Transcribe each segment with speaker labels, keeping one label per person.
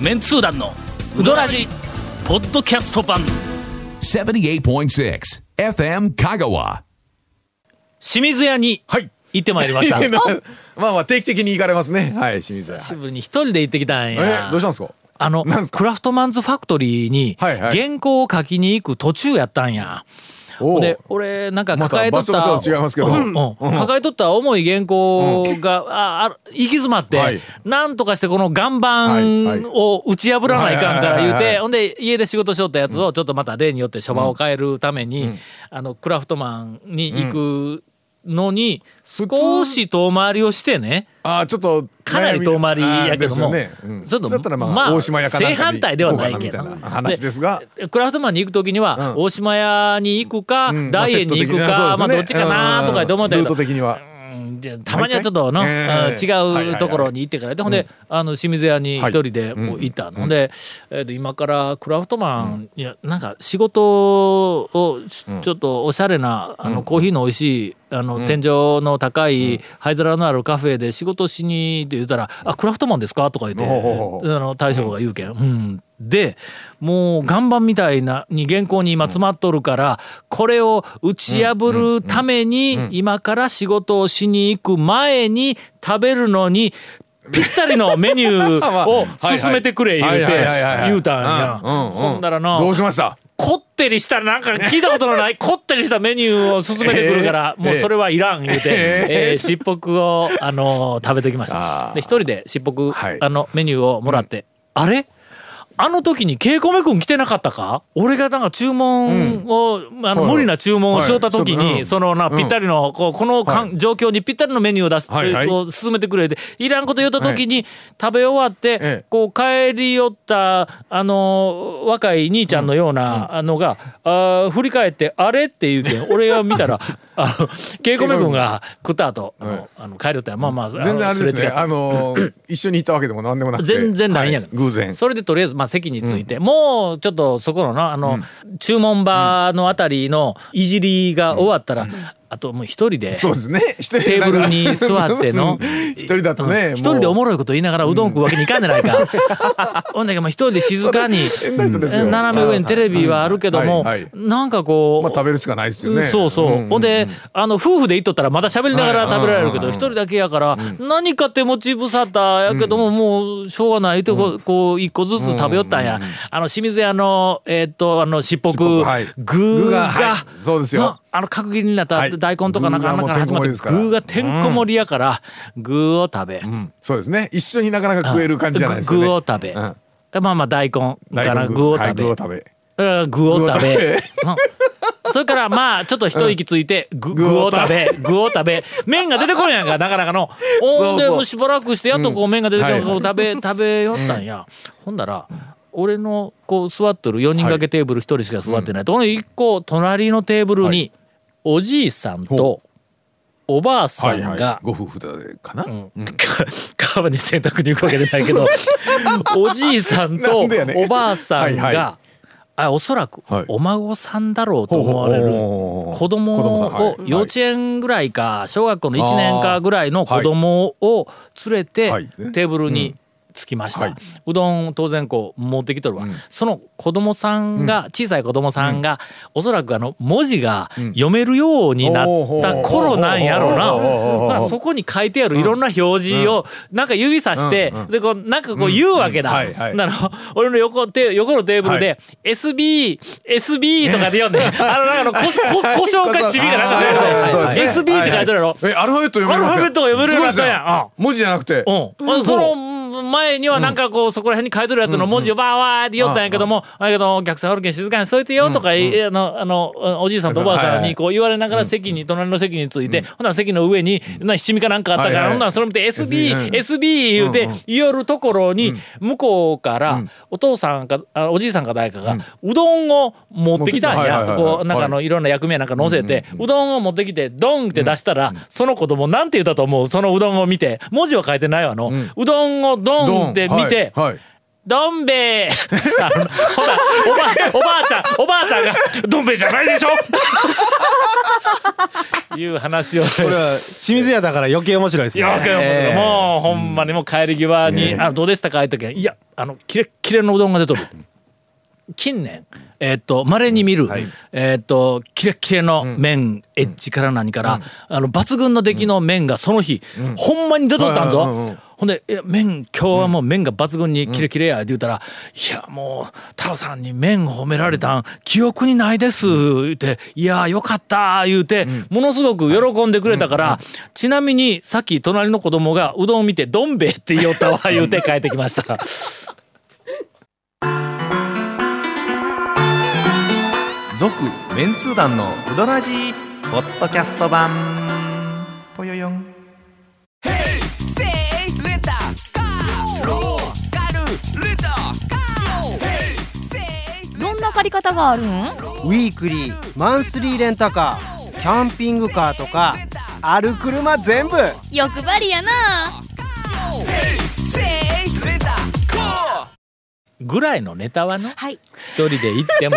Speaker 1: メンツー団のウドラジポッドキャスト版
Speaker 2: 78.6 FM Kagawa.
Speaker 1: 清水屋に
Speaker 3: はい
Speaker 1: 行ってまいりま した久
Speaker 3: まあまあ定期的に行かれますね。はい、清水屋。
Speaker 1: しぶりに一人で行ってきたん
Speaker 3: え
Speaker 1: や
Speaker 3: ーどうしたんですか。
Speaker 1: あの
Speaker 3: なんすか
Speaker 1: クラフトマンズファクトリーに
Speaker 3: はいはい
Speaker 1: 原稿を書きに行く途中やったんや
Speaker 3: おう
Speaker 1: で俺なんか抱えとった、
Speaker 3: また場所は違いますけど
Speaker 1: うんうん抱えとった重い原稿が、あある行き詰まって、
Speaker 3: はい
Speaker 1: なんとかしてこの岩
Speaker 3: はい
Speaker 1: 盤
Speaker 3: はい
Speaker 1: を打ち破らないかんから言う
Speaker 3: はいはいはいは
Speaker 1: て
Speaker 3: い
Speaker 1: ほんで家で仕事しよったやつをちょっとまた例によって書場を変えるために、あのクラフトマンに行くのに少し遠回りをしてね
Speaker 3: あーちょっと
Speaker 1: かなり遠回りやけど
Speaker 3: 悩
Speaker 1: も、
Speaker 3: みあーですよねうん
Speaker 1: ちょっと
Speaker 3: そうやたら
Speaker 1: ま
Speaker 3: ま
Speaker 1: あ
Speaker 3: あ大島屋かなん
Speaker 1: 正
Speaker 3: か
Speaker 1: 反対ではないけど
Speaker 3: 行こうかみたいな話ですが。
Speaker 1: クラフトマンに行く時には、
Speaker 3: うん
Speaker 1: 大島屋に行くか、
Speaker 3: うん
Speaker 1: 大栄に行くか、まあ
Speaker 3: まあセット的なそうですね
Speaker 1: どっちかなとかって思ったけ
Speaker 3: ルー
Speaker 1: ど
Speaker 3: ト、的には。
Speaker 1: うんじゃあたまにはちょっとの、
Speaker 3: 毎回
Speaker 1: うん
Speaker 3: ええはいはい
Speaker 1: 違う
Speaker 3: はい
Speaker 1: ところに行ってからでほんで、あの清水屋に一人でこう行ったの、ほんで、えーと今からクラフトマン、いやなんか仕事をちょちょっとおしゃれなあのコーヒーの美味しいあの天井の高い灰皿のあるカフェで仕事しにって言ったら「あクラフトマンですか?」とか言って
Speaker 3: ほうほうほうほう
Speaker 1: あの大将が言うけん。うんでもう岩盤みたいなに原稿に今詰まっとるからこれを打ち破るために今から仕事をしに行く前に食べるのにぴったりのメニ ューを
Speaker 3: はいはい
Speaker 1: 勧めてくれ言うて
Speaker 3: はいはいはいはい
Speaker 1: 言うたんや
Speaker 3: ううんうん
Speaker 1: ほんだらな
Speaker 3: どうしました。
Speaker 1: こってりしたなんか聞いたこと のないこってりしたメニューを勧めてくるから、
Speaker 3: えー
Speaker 1: もうそれはいらん言うて、
Speaker 3: え
Speaker 1: え
Speaker 3: ー
Speaker 1: ーしっぽくを、あのー食べてきました
Speaker 3: あー
Speaker 1: で一人でしっぽく、
Speaker 3: はい
Speaker 1: あのメニューをもらって、あれあの時にケイコメ君来てなかったか俺がなんか注文を、あの
Speaker 3: はい
Speaker 1: 無理な注文をしよった時に、
Speaker 3: はい
Speaker 1: そのな
Speaker 3: うん
Speaker 1: ぴったりのこうこのかん、状況にぴったりのメニューを出す、
Speaker 3: はいはい
Speaker 1: を勧めてくれていらんこと言った時に、食べ終わって、
Speaker 3: ええ
Speaker 1: こう帰り寄ったあの若い兄ちゃんのようなあのが、あー振り返って「あれ?」って言う けん俺が見たらあの稽古目君が食った後あの、
Speaker 3: はい
Speaker 1: あの帰り寄ったらまあまあ全
Speaker 3: 全然あれですね。
Speaker 1: った
Speaker 3: あのー一緒に行ったわけでもなんでもなくて。
Speaker 1: 全然ないんや
Speaker 3: は
Speaker 1: け
Speaker 3: い
Speaker 1: ど、
Speaker 3: 偶然。
Speaker 1: それでとりあえずまあ席について、もうちょっとそこのなあの、注文場のあたりのいじりが終わったら、あともう一人で
Speaker 3: そうですね。一人
Speaker 1: テ
Speaker 3: で
Speaker 1: ー
Speaker 3: なん
Speaker 1: ブ
Speaker 3: か
Speaker 1: ルに座っての
Speaker 3: 一人だと
Speaker 1: うん
Speaker 3: ね。
Speaker 1: 一人でお
Speaker 3: もう
Speaker 1: もろいこと言いながらうどん食うわけにいかんじゃないか ほんだけど一人で静かに
Speaker 3: それ変な人ですよ
Speaker 1: うん斜め上にテレビはあるけども
Speaker 3: はいはい
Speaker 1: なんかこう、
Speaker 3: まあ食べるしかないですよね。
Speaker 1: うんそうそう、
Speaker 3: んん
Speaker 1: ほんであの夫婦で行っとったらまた喋りながら
Speaker 3: はい
Speaker 1: 食べられるけ
Speaker 3: う
Speaker 1: ど
Speaker 3: ん
Speaker 1: 一人だけやから何か手持ち無沙汰やけども、もうしょうがないとこ,、うこう一個ずつ食べよったんや、あの清水屋のえーっとあのしっぽ
Speaker 3: しっぽ
Speaker 1: く
Speaker 3: くはい
Speaker 1: 具
Speaker 3: 具
Speaker 1: が,、
Speaker 3: がはいそうですよ
Speaker 1: なあの角切りになった
Speaker 3: はい
Speaker 1: 大根とかなんかあん
Speaker 3: 具がもう
Speaker 1: なから始まっ
Speaker 3: てんこ盛り
Speaker 1: て
Speaker 3: ですから
Speaker 1: 具がてんこ盛りやから具を食べ、
Speaker 3: うんそうですね。一緒になかなか食える感じじゃないですよね。
Speaker 1: 具を食べ、
Speaker 3: うん
Speaker 1: まあまあ大根から
Speaker 3: 大根
Speaker 1: 具を
Speaker 3: は
Speaker 1: 食
Speaker 3: い
Speaker 1: べ、
Speaker 3: 具を食べ。
Speaker 1: うん具を食べ
Speaker 3: 具を食
Speaker 1: うんそれからまあちょっと一息ついて 具
Speaker 3: 具
Speaker 1: 具を
Speaker 3: を
Speaker 1: 食
Speaker 3: 食
Speaker 1: べ具を食べ麺が出てこんやんかなかなかのほんで
Speaker 3: そうそう
Speaker 1: もうしばらくしてやっとこう麺が出てきて
Speaker 3: うんはい
Speaker 1: こう食 べ食べよったんやほんだら俺のこう座っとる4人掛けテーブル1人しか座ってないとこの1個隣のテーブルにおじいさんとおばあさ
Speaker 3: はい
Speaker 1: ん
Speaker 3: は
Speaker 1: が
Speaker 3: い。ご夫婦でかな。
Speaker 1: か川に洗濯に行くわけじゃないけどおじいさんと
Speaker 3: なんでやね
Speaker 1: おばあさんが、
Speaker 3: はいは
Speaker 1: あおそらく
Speaker 3: はい
Speaker 1: お孫さんだろうと思われる
Speaker 3: ほうほうほう
Speaker 1: 子供
Speaker 3: 子供さんは
Speaker 1: を
Speaker 3: い
Speaker 1: 幼稚園ぐらいか小学校の1年かぐらいの子供を連れて
Speaker 3: はいはい
Speaker 1: テーブルに着きました、
Speaker 3: はいう
Speaker 1: どんを当然こう持ってきとるわ、その子供さんが小さい子供さんが、おそらくあの文字が読めるようになった頃なんやろな、
Speaker 3: おーおー
Speaker 1: まあ、そこに書いてあるいろんな表示をなんか指さして、でこうなんかこう言うわけだ、
Speaker 3: うんはいはい
Speaker 1: なの俺の横て横のテーブルで、
Speaker 3: は
Speaker 1: SB SB とかで読んであのなんかあのこし こ 故障かちびかなんか書いてあるや
Speaker 3: あー
Speaker 1: ん
Speaker 3: そうですね
Speaker 1: SB って書いてあるやろ、
Speaker 3: え、アルファベット読める
Speaker 1: アルファベットが読めるようになったやん
Speaker 3: すごいですね文字じゃなくて。
Speaker 1: うん、その前にはなんかこうそこら辺に書いてるやつの文字をバーバーって言ったんやけども「だけどお客さんおるけん静かにしといてよ」とかいあのあのおじいさんとおばあさんにこう言われながら席に隣の席についてほな席の上にな七味かなんかあったか
Speaker 3: はい
Speaker 1: ら
Speaker 3: はい
Speaker 1: ほなそれ見て SB
Speaker 3: SB
Speaker 1: SB 言うて言るところに向こうからお父さんかあおじいさんか誰かがうどんを持ってきたん
Speaker 3: 持ってき
Speaker 1: や
Speaker 3: た
Speaker 1: こうなんかあ
Speaker 3: は
Speaker 1: のいろんな役名なんか載せてうどんを持ってきてドンって出したらその子供なんて言ったと思うそのうどんを見て文字は書いてないわのうどんをドンって見て
Speaker 3: はいはい
Speaker 1: どん兵 衛あのほらおばおばあちゃんおばあちゃんが「どん兵衛じゃない でしょ! 」いう話をね
Speaker 4: これは清水屋だから余計面白いです
Speaker 1: い
Speaker 4: ね。
Speaker 1: やわかるわかる
Speaker 4: ええ
Speaker 1: もうほんまにもう帰り際に「あどうでしたか?」って言った時いやあのキレッキレのうどんが出とる」近年えーっとまれに見る、えーっとキレッキレの麺、エッジから何から、あの抜群の出来の麺がその日、ほんまに出とったんぞ、ほんで「いや麺今日はもう麺が抜群にキレキレや」って言うたら「いやもうタオさんに麺褒められたん記憶にないです」言うて「いやよかった」言うてものすごく喜んでくれたからちなみにさっき隣の子供がうどんを見て「どん兵衛」って言おった わ言うて帰ってきました。
Speaker 5: 続メンツー団のウドラジーポッドキャスト版ぽよよん
Speaker 6: どんな借り方があるん
Speaker 7: ウィークリーマンスリーレンタカーキャンピングカーとかある車全部
Speaker 6: 欲張りやな
Speaker 1: ぐらいのネタはな
Speaker 6: はい
Speaker 1: 一人で行っても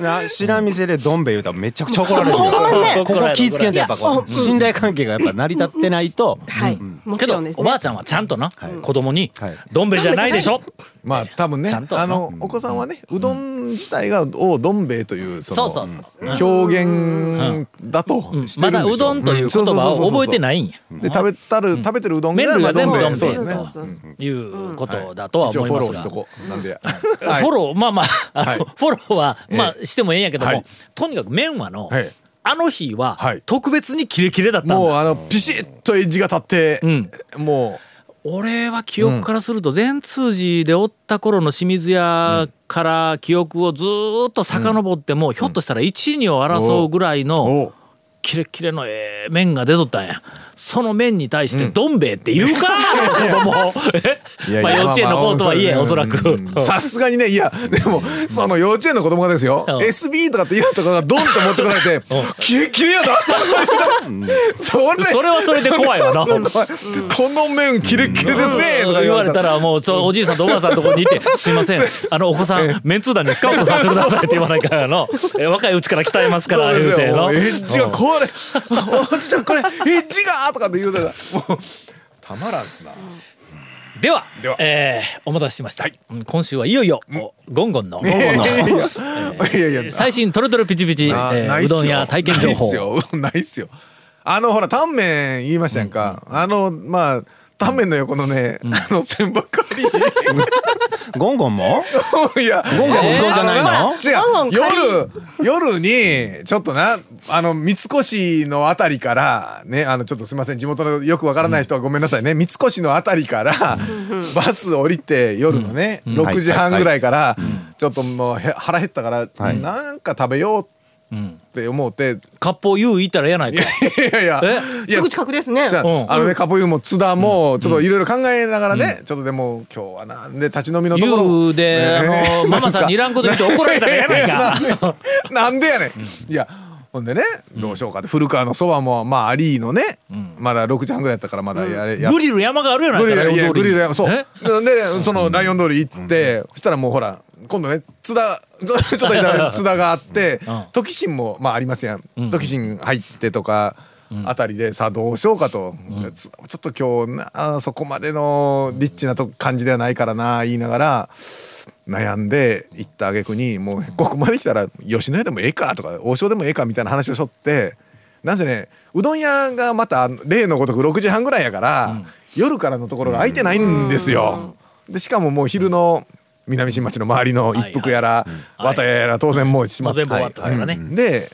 Speaker 1: な
Speaker 4: な知らん店でどん兵衛言うたらめちゃくちゃ怒られるよ。
Speaker 1: ね
Speaker 4: ここ気ぃつけんとやっぱ
Speaker 8: いや
Speaker 4: こ
Speaker 8: うん
Speaker 4: う信頼関係がやっぱ成り立ってないと。
Speaker 8: はい、も
Speaker 1: け
Speaker 8: ち
Speaker 1: ど
Speaker 8: ろんです
Speaker 1: お
Speaker 8: ね
Speaker 1: ばあちゃんはちゃんとな子供に
Speaker 4: はい
Speaker 1: 「どん兵衛じゃないでしょ」
Speaker 3: まあ多分ね
Speaker 1: ちゃんと
Speaker 3: あのお子さんはねうどん自体がをどん兵衛というその
Speaker 1: そうそうそう
Speaker 3: 表現だとしてる
Speaker 1: ま
Speaker 3: んでしょ
Speaker 1: だうどんという言葉を覚えてないんや。
Speaker 3: で食べたる食べてるうどん
Speaker 1: 麺
Speaker 3: が
Speaker 1: 類
Speaker 3: ま
Speaker 1: は
Speaker 3: あ
Speaker 1: 全部どん兵衛
Speaker 3: そうです
Speaker 8: そう
Speaker 3: ね
Speaker 8: そうそう
Speaker 1: いうことだとは
Speaker 3: 一応
Speaker 1: 思
Speaker 3: フ
Speaker 1: い
Speaker 3: ォ
Speaker 1: ま
Speaker 3: ロ
Speaker 1: す
Speaker 3: ーしと。
Speaker 1: が
Speaker 3: こうなんで
Speaker 1: フォローまあまああの
Speaker 3: はい
Speaker 1: フォローはまあしてもええんやけど
Speaker 3: は
Speaker 1: も
Speaker 3: い
Speaker 1: とにかく麺はの
Speaker 3: はい
Speaker 1: あの日は
Speaker 3: はい
Speaker 1: 特別にキレキレだったん
Speaker 3: もう
Speaker 1: だ。
Speaker 3: あのピシッとエッジが立って
Speaker 1: ん
Speaker 3: も
Speaker 1: 俺は記憶からすると善通寺でおった頃の清水屋から記憶をずーっと遡ってもひょっとしたら1、2を争うぐらいうの
Speaker 3: おう
Speaker 1: キレッキレのええ麺が出とったんやその麺に対して「どん兵衛」っ て言うか、子供
Speaker 3: い
Speaker 1: え
Speaker 3: やいや
Speaker 1: まあ幼稚園の子とはいえ
Speaker 3: まあ
Speaker 1: おそらく
Speaker 3: うんさすがにねいやでもその幼稚園の子供がですよ
Speaker 1: うん
Speaker 3: SB とかって言うとかがドンと持ってこられてキレッキレやだそれ
Speaker 1: それはそれで怖いわ な。
Speaker 3: この麺キレッキレですねとか
Speaker 1: 言われたらもうそうおじいさんとおばあさんのと こにいて「すいませんあのお子さんメンツー団にスカウトさせてください」って言わないか らの「え若いうちから鍛えますから」
Speaker 3: そうで
Speaker 1: 言
Speaker 3: す
Speaker 1: うて
Speaker 3: よも
Speaker 1: の
Speaker 3: うエッジがこれおじちゃんこれエッジがとかって言うたらもうたまらんっすな
Speaker 1: では
Speaker 3: では
Speaker 1: えーお待たせしました、うん今週はいよいよ、ゴンゴンのゴンゴンの
Speaker 3: いやいや
Speaker 1: 最新トロトロピチピチ、え
Speaker 3: なな
Speaker 1: ー
Speaker 3: いっすよ
Speaker 1: うどん屋体験情報
Speaker 3: ないっすよ ないっすよあのほらタンメン言いましたやんか、あのまあタンメンの横のね、あの千ばか り
Speaker 4: ゴンゴンも？
Speaker 3: いや
Speaker 4: ゴンゴンもうどんじゃない
Speaker 3: あ
Speaker 4: の？
Speaker 3: のな違う夜夜にちょっとなあの三越のあたりからねあのちょっとすいません地元のよくわからない人はごめんなさいね三越のあたりからバス降りて夜のね6時半ぐらいからちょっともうへ腹減ったからなんか食べようって思って
Speaker 1: 割烹言う言ったらやないか
Speaker 3: いやいや
Speaker 1: え
Speaker 3: いや
Speaker 8: すぐ近くですね
Speaker 3: じゃあ,、
Speaker 1: うん
Speaker 3: あのねカポユも津田もちょっといろいろ考えながらね、ちょっとでも今日はなんで立ち飲みのところ
Speaker 1: 言うで、 あの
Speaker 3: ね
Speaker 1: ママさんにいらんこと言って怒られたら やないか
Speaker 3: なんでやねん、いやほんでねどうしようかって古川のそばもまあアリーのね、まだ6時半ぐらいやったからまだやれ、やっ
Speaker 1: グリル山があるやない
Speaker 3: グ
Speaker 1: か
Speaker 3: リルい
Speaker 1: ライ
Speaker 3: や
Speaker 1: オン通
Speaker 3: グ
Speaker 1: り
Speaker 3: リ
Speaker 1: に
Speaker 3: ルやそう
Speaker 1: え
Speaker 3: でそのライオン通り行って、そしたらもうほら今度ね津田 ちょっと行った ら津田があって
Speaker 1: ん
Speaker 3: 時進もまあありますやん時進入ってとか。あたりでさあどうしようかと、つちょっと今日なあそこまでのリッチなと感じではないからな言いながら悩んで行った挙句にもうここまで来たら吉野家でもええかとか王将でもええかみたいな話をしとってなぜねうどん屋がまた例のごとく6時半ぐらいやから、夜からのところが空いてないんですよ。でしかももう昼の南新町の周りの一服やら
Speaker 1: はい
Speaker 3: 綿屋やら当然もうしまっ
Speaker 1: もう全部終わったからね
Speaker 3: はいで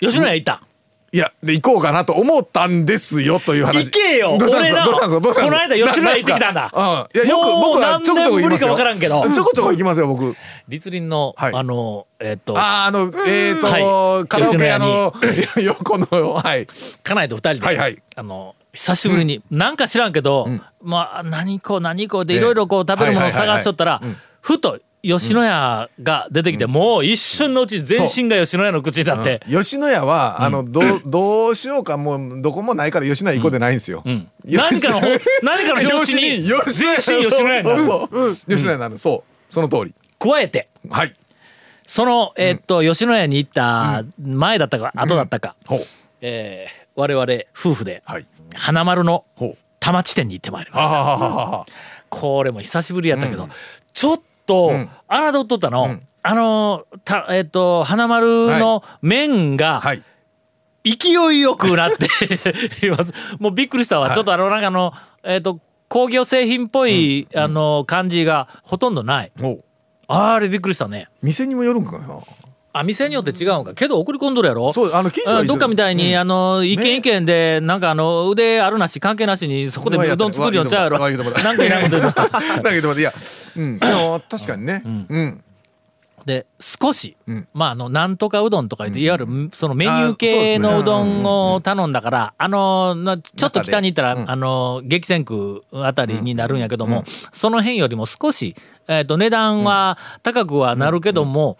Speaker 1: 吉野家行った
Speaker 3: いやで行こうかなと思ったんですよという話
Speaker 1: 行けよ
Speaker 3: どうしたんです
Speaker 1: 俺
Speaker 3: か
Speaker 1: ら
Speaker 3: どうしたんですかどうしたんですか
Speaker 1: この間吉野家行ってきたんだ
Speaker 3: ななんすかうんいやよく
Speaker 1: もう
Speaker 3: 僕はちょこちょこ行きますよ
Speaker 1: 何年ぶりか分からんけど
Speaker 3: ちょこちょこ行きますよ僕
Speaker 1: 立林の、
Speaker 3: はい
Speaker 1: あのえっ、と
Speaker 3: あーあのえっ、ー、と、
Speaker 1: はい
Speaker 3: カラオケ屋の 横のはい
Speaker 1: 家内と二人で、
Speaker 3: はいはい
Speaker 1: あの久しぶりに、なんか知らんけど、まあ何個何個でいろいろこう食べるものを探しとったら、ふと吉野家が出てきて、もう一瞬のうち全身が吉野家の口になって、
Speaker 3: 吉野家は、あのどうどうしようかもうどこもないから吉野家行こうでないんですよ。
Speaker 1: うん何かの方何かの 表紙に全身
Speaker 3: 吉野家
Speaker 1: 吉野家にな
Speaker 3: そう
Speaker 1: る
Speaker 3: そうそう吉野家になるそうその通り
Speaker 1: 加えて
Speaker 3: はい
Speaker 1: その、えーっと吉野家に行った前だったか後だったか、
Speaker 3: ほう
Speaker 1: えー我々夫婦で
Speaker 3: はい
Speaker 1: 花丸の
Speaker 3: ほう
Speaker 1: 多摩地点に行ってまいりま
Speaker 3: あ
Speaker 1: した。
Speaker 3: はははは
Speaker 1: これも久しぶりやったけど、ちょっと
Speaker 3: ん
Speaker 1: 侮っとったの、あのたえっ、と花丸の麺が
Speaker 3: はい
Speaker 1: 勢いよくなっていますもうびっくりしたわ、ちょっとあのなんかあのえっ、と工業製品っぽい、あの感じがほとんどない
Speaker 3: ほう
Speaker 1: あれびっくりしたね
Speaker 3: 店にもよるんかな
Speaker 1: あ店によって違うんかけど送り込んどるやろ
Speaker 3: そうあの生地は
Speaker 1: うん
Speaker 3: 一緒
Speaker 1: どっかみたいに、あの一軒一軒でなんかあの腕あるなし関係なしにそこでうどん作るよんちゃうやろ
Speaker 3: わ言うてもらった
Speaker 1: なんかいないこ と言うな
Speaker 3: だけどいやうんでも確かにねうん
Speaker 1: で少し、
Speaker 3: うん
Speaker 1: まああのなんとかうどんとか言って、いわゆるそのメニュー
Speaker 3: あそうで
Speaker 1: 系
Speaker 3: すね
Speaker 1: のうどんを頼んだから、あのなちょっと北に行ったら、
Speaker 3: 中でうん
Speaker 1: あの激戦区あたりになるんやけども、その辺よりも少し、えっと値段は高くはなるけども、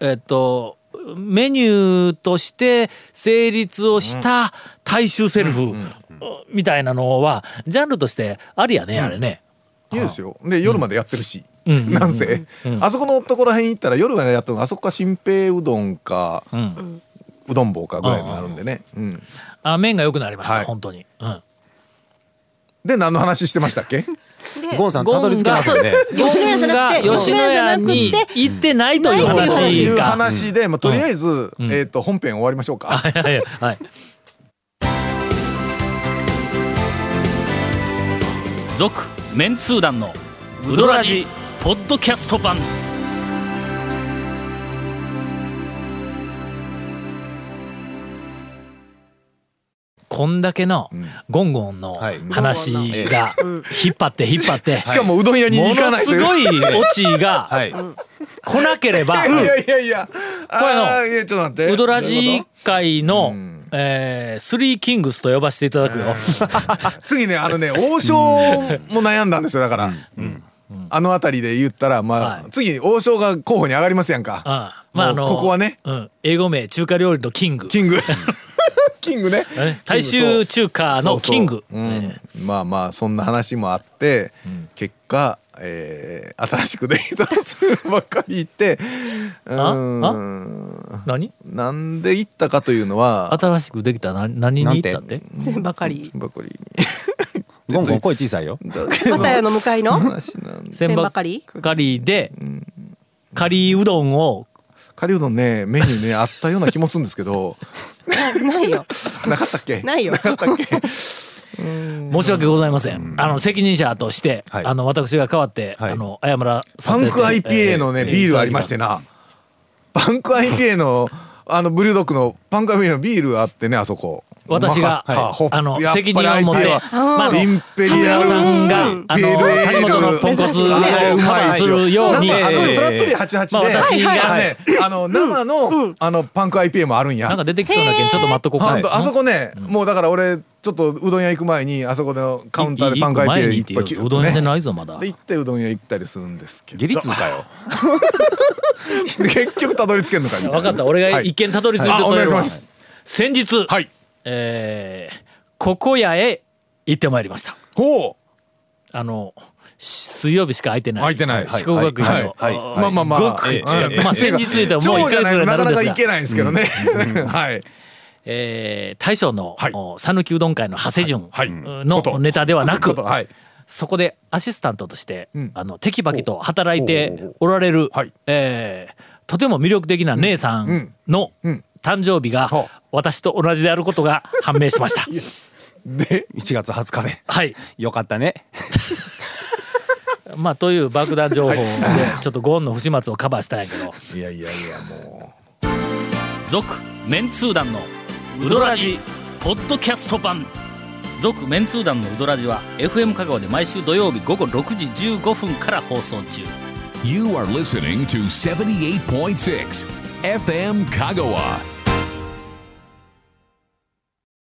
Speaker 1: えっとメニューとして成立をした大衆セルフみたいなのはジャンルとしてありやね、あれね。
Speaker 3: いいですよで夜までやってるし
Speaker 1: うん
Speaker 3: なんせあそこのところへん行ったら夜までやってるのあそこか新平うどんか
Speaker 1: うん
Speaker 3: うどん坊かぐらいになるんでねうん
Speaker 1: あ麺が良くなりました、
Speaker 3: はい
Speaker 1: 本当に。うん
Speaker 3: で何の話してましたっけ
Speaker 4: ゴンさんたどり着けましたね。
Speaker 1: ゴンが吉野家に行ってないという
Speaker 3: そうい
Speaker 1: 話
Speaker 3: う
Speaker 1: か。
Speaker 3: 話でまあとりあえず
Speaker 1: ん
Speaker 3: えっと本編終わりましょうか
Speaker 1: はいはいはい。続メンツー団のウドラジポッドキャスト版。こんだけのゴンゴンの
Speaker 4: はい
Speaker 1: 話が引っ張って引っ張って
Speaker 3: しかもうどん屋に
Speaker 1: も
Speaker 3: 行か
Speaker 1: の
Speaker 3: ないと
Speaker 1: す
Speaker 3: いう
Speaker 1: ごいオチ が
Speaker 4: はい。
Speaker 1: 来なければ、
Speaker 3: いやいやいやあーいやちょっと待って
Speaker 1: ウドラジ界の
Speaker 3: ん、
Speaker 1: えースリーキングスと呼ばせていただくよ。
Speaker 3: 次ねあのね王将も悩んだんですよだから、あの辺りで言ったらまあ、
Speaker 1: はい
Speaker 3: 次王将が候補に上がりますやんか、
Speaker 1: あまあ、あの、
Speaker 3: ここはね
Speaker 1: うん、英語名、中華料理のキング。
Speaker 3: キング キングね
Speaker 1: え大衆中華のキング。
Speaker 3: そうそううん
Speaker 1: え
Speaker 3: まあまあそんな話もあって、結果、えー新しくデートするばっかり行ってうーん
Speaker 1: ー何
Speaker 3: なんで行ったかというのは
Speaker 1: 新しくできた何何に行ったって
Speaker 8: せんばかり。
Speaker 3: ばっかり
Speaker 4: ゴンゴン声小さいよ。
Speaker 8: パタヤの向かいの。
Speaker 3: 話なんで
Speaker 8: せんばかり。
Speaker 1: カリで、カリうどんを、
Speaker 3: カリうどんねメニューねあったような気もするんですけ ど
Speaker 8: なないよ。
Speaker 3: なかったっけ
Speaker 8: ないよ
Speaker 3: なかったっけ
Speaker 1: 申し訳ございません。あの、責任者として、
Speaker 4: はい
Speaker 1: あの、私が代わって、
Speaker 4: はい
Speaker 1: あの、謝らさ
Speaker 3: パ
Speaker 1: せ
Speaker 3: ン
Speaker 1: て。
Speaker 3: ク IPA のね、
Speaker 1: えー
Speaker 3: ビールありまして。な。パンク IPA の、あの、ブルードックの、パンク IPA のビールあってね、あそこ。
Speaker 1: 私が、
Speaker 3: うまかったほっ
Speaker 1: あの
Speaker 3: やぱり
Speaker 1: 責任を持って
Speaker 3: IPA は
Speaker 1: まああの
Speaker 3: インペリアル
Speaker 1: 長谷川さんがあの
Speaker 3: ビールエール
Speaker 1: 梶本のポンコツを
Speaker 8: 珍しいですね
Speaker 1: カバーするように
Speaker 3: なんかあ
Speaker 4: え
Speaker 3: の
Speaker 4: え
Speaker 3: トラットリー88
Speaker 1: まあ
Speaker 3: で、
Speaker 1: 私が
Speaker 3: あのね、あの、生の、あの、パンク IPA もあるんや。
Speaker 1: なんか出てきそうなけんちょっと待っとこうか
Speaker 3: ほん
Speaker 1: な
Speaker 3: とあそこね、もうだから俺、ちょっとうどん屋行く前に、あそこのカウンターでパンク IPA
Speaker 1: 前に
Speaker 3: い
Speaker 1: 行
Speaker 3: っ
Speaker 1: って
Speaker 3: ぱ
Speaker 1: よ
Speaker 3: い切る
Speaker 1: うどん屋でないぞまだ
Speaker 3: で行ってうどん屋行ったりするんですけど
Speaker 4: 下痢通 かよ。
Speaker 3: 結局たどり着けんのかみたい な
Speaker 1: 分かった俺が一見たどり着いてた
Speaker 3: はいあ
Speaker 1: よ
Speaker 3: お願いします
Speaker 1: 先日、
Speaker 3: はい
Speaker 1: えーここ屋へ行ってまいりました
Speaker 3: ほ
Speaker 1: あのし水曜日しか空いてない
Speaker 3: 空いてない
Speaker 1: 四国学院の、
Speaker 4: はいはい
Speaker 1: あ
Speaker 3: う
Speaker 1: ー
Speaker 3: まあまあまあ
Speaker 1: ごく近く、
Speaker 4: ええええ
Speaker 1: まあ先日言うともう1
Speaker 3: 超
Speaker 1: ヶ
Speaker 3: じゃ
Speaker 1: 月
Speaker 3: な
Speaker 1: ぐら
Speaker 3: い
Speaker 1: いに
Speaker 3: な
Speaker 1: なる
Speaker 3: か
Speaker 1: んで
Speaker 3: なか
Speaker 1: す
Speaker 3: 行
Speaker 1: が、
Speaker 3: けないんですけどね、はい
Speaker 1: えー大将の
Speaker 3: はい
Speaker 1: お讃岐、うどん会の長谷潤
Speaker 3: はいこと
Speaker 1: のネタではなく、
Speaker 3: ことはい
Speaker 1: そこでアシスタントとして、
Speaker 3: うん
Speaker 1: あのテキパキと働い
Speaker 3: おうおう
Speaker 1: て
Speaker 3: お
Speaker 1: おられる、
Speaker 3: はい
Speaker 1: えーとても魅力的な姉さんの
Speaker 3: うんうん
Speaker 1: 誕生日が
Speaker 3: ほう
Speaker 1: 私と同じであるこ とが判明しました。
Speaker 3: で
Speaker 4: 1月20日で。
Speaker 1: はい、
Speaker 4: よかったね。
Speaker 1: まあ、という爆弾情報で ちょっとゴーンの不始末をカバーしたんやけど
Speaker 3: いやいやいやも
Speaker 1: 「続・メンツー団のウドラジポッドキャスト版」「続・メンツー団のウドラジは FM 香川で毎週土曜日午後6時15分から放送中。
Speaker 2: You are listening to 78.6 FM Kagawa.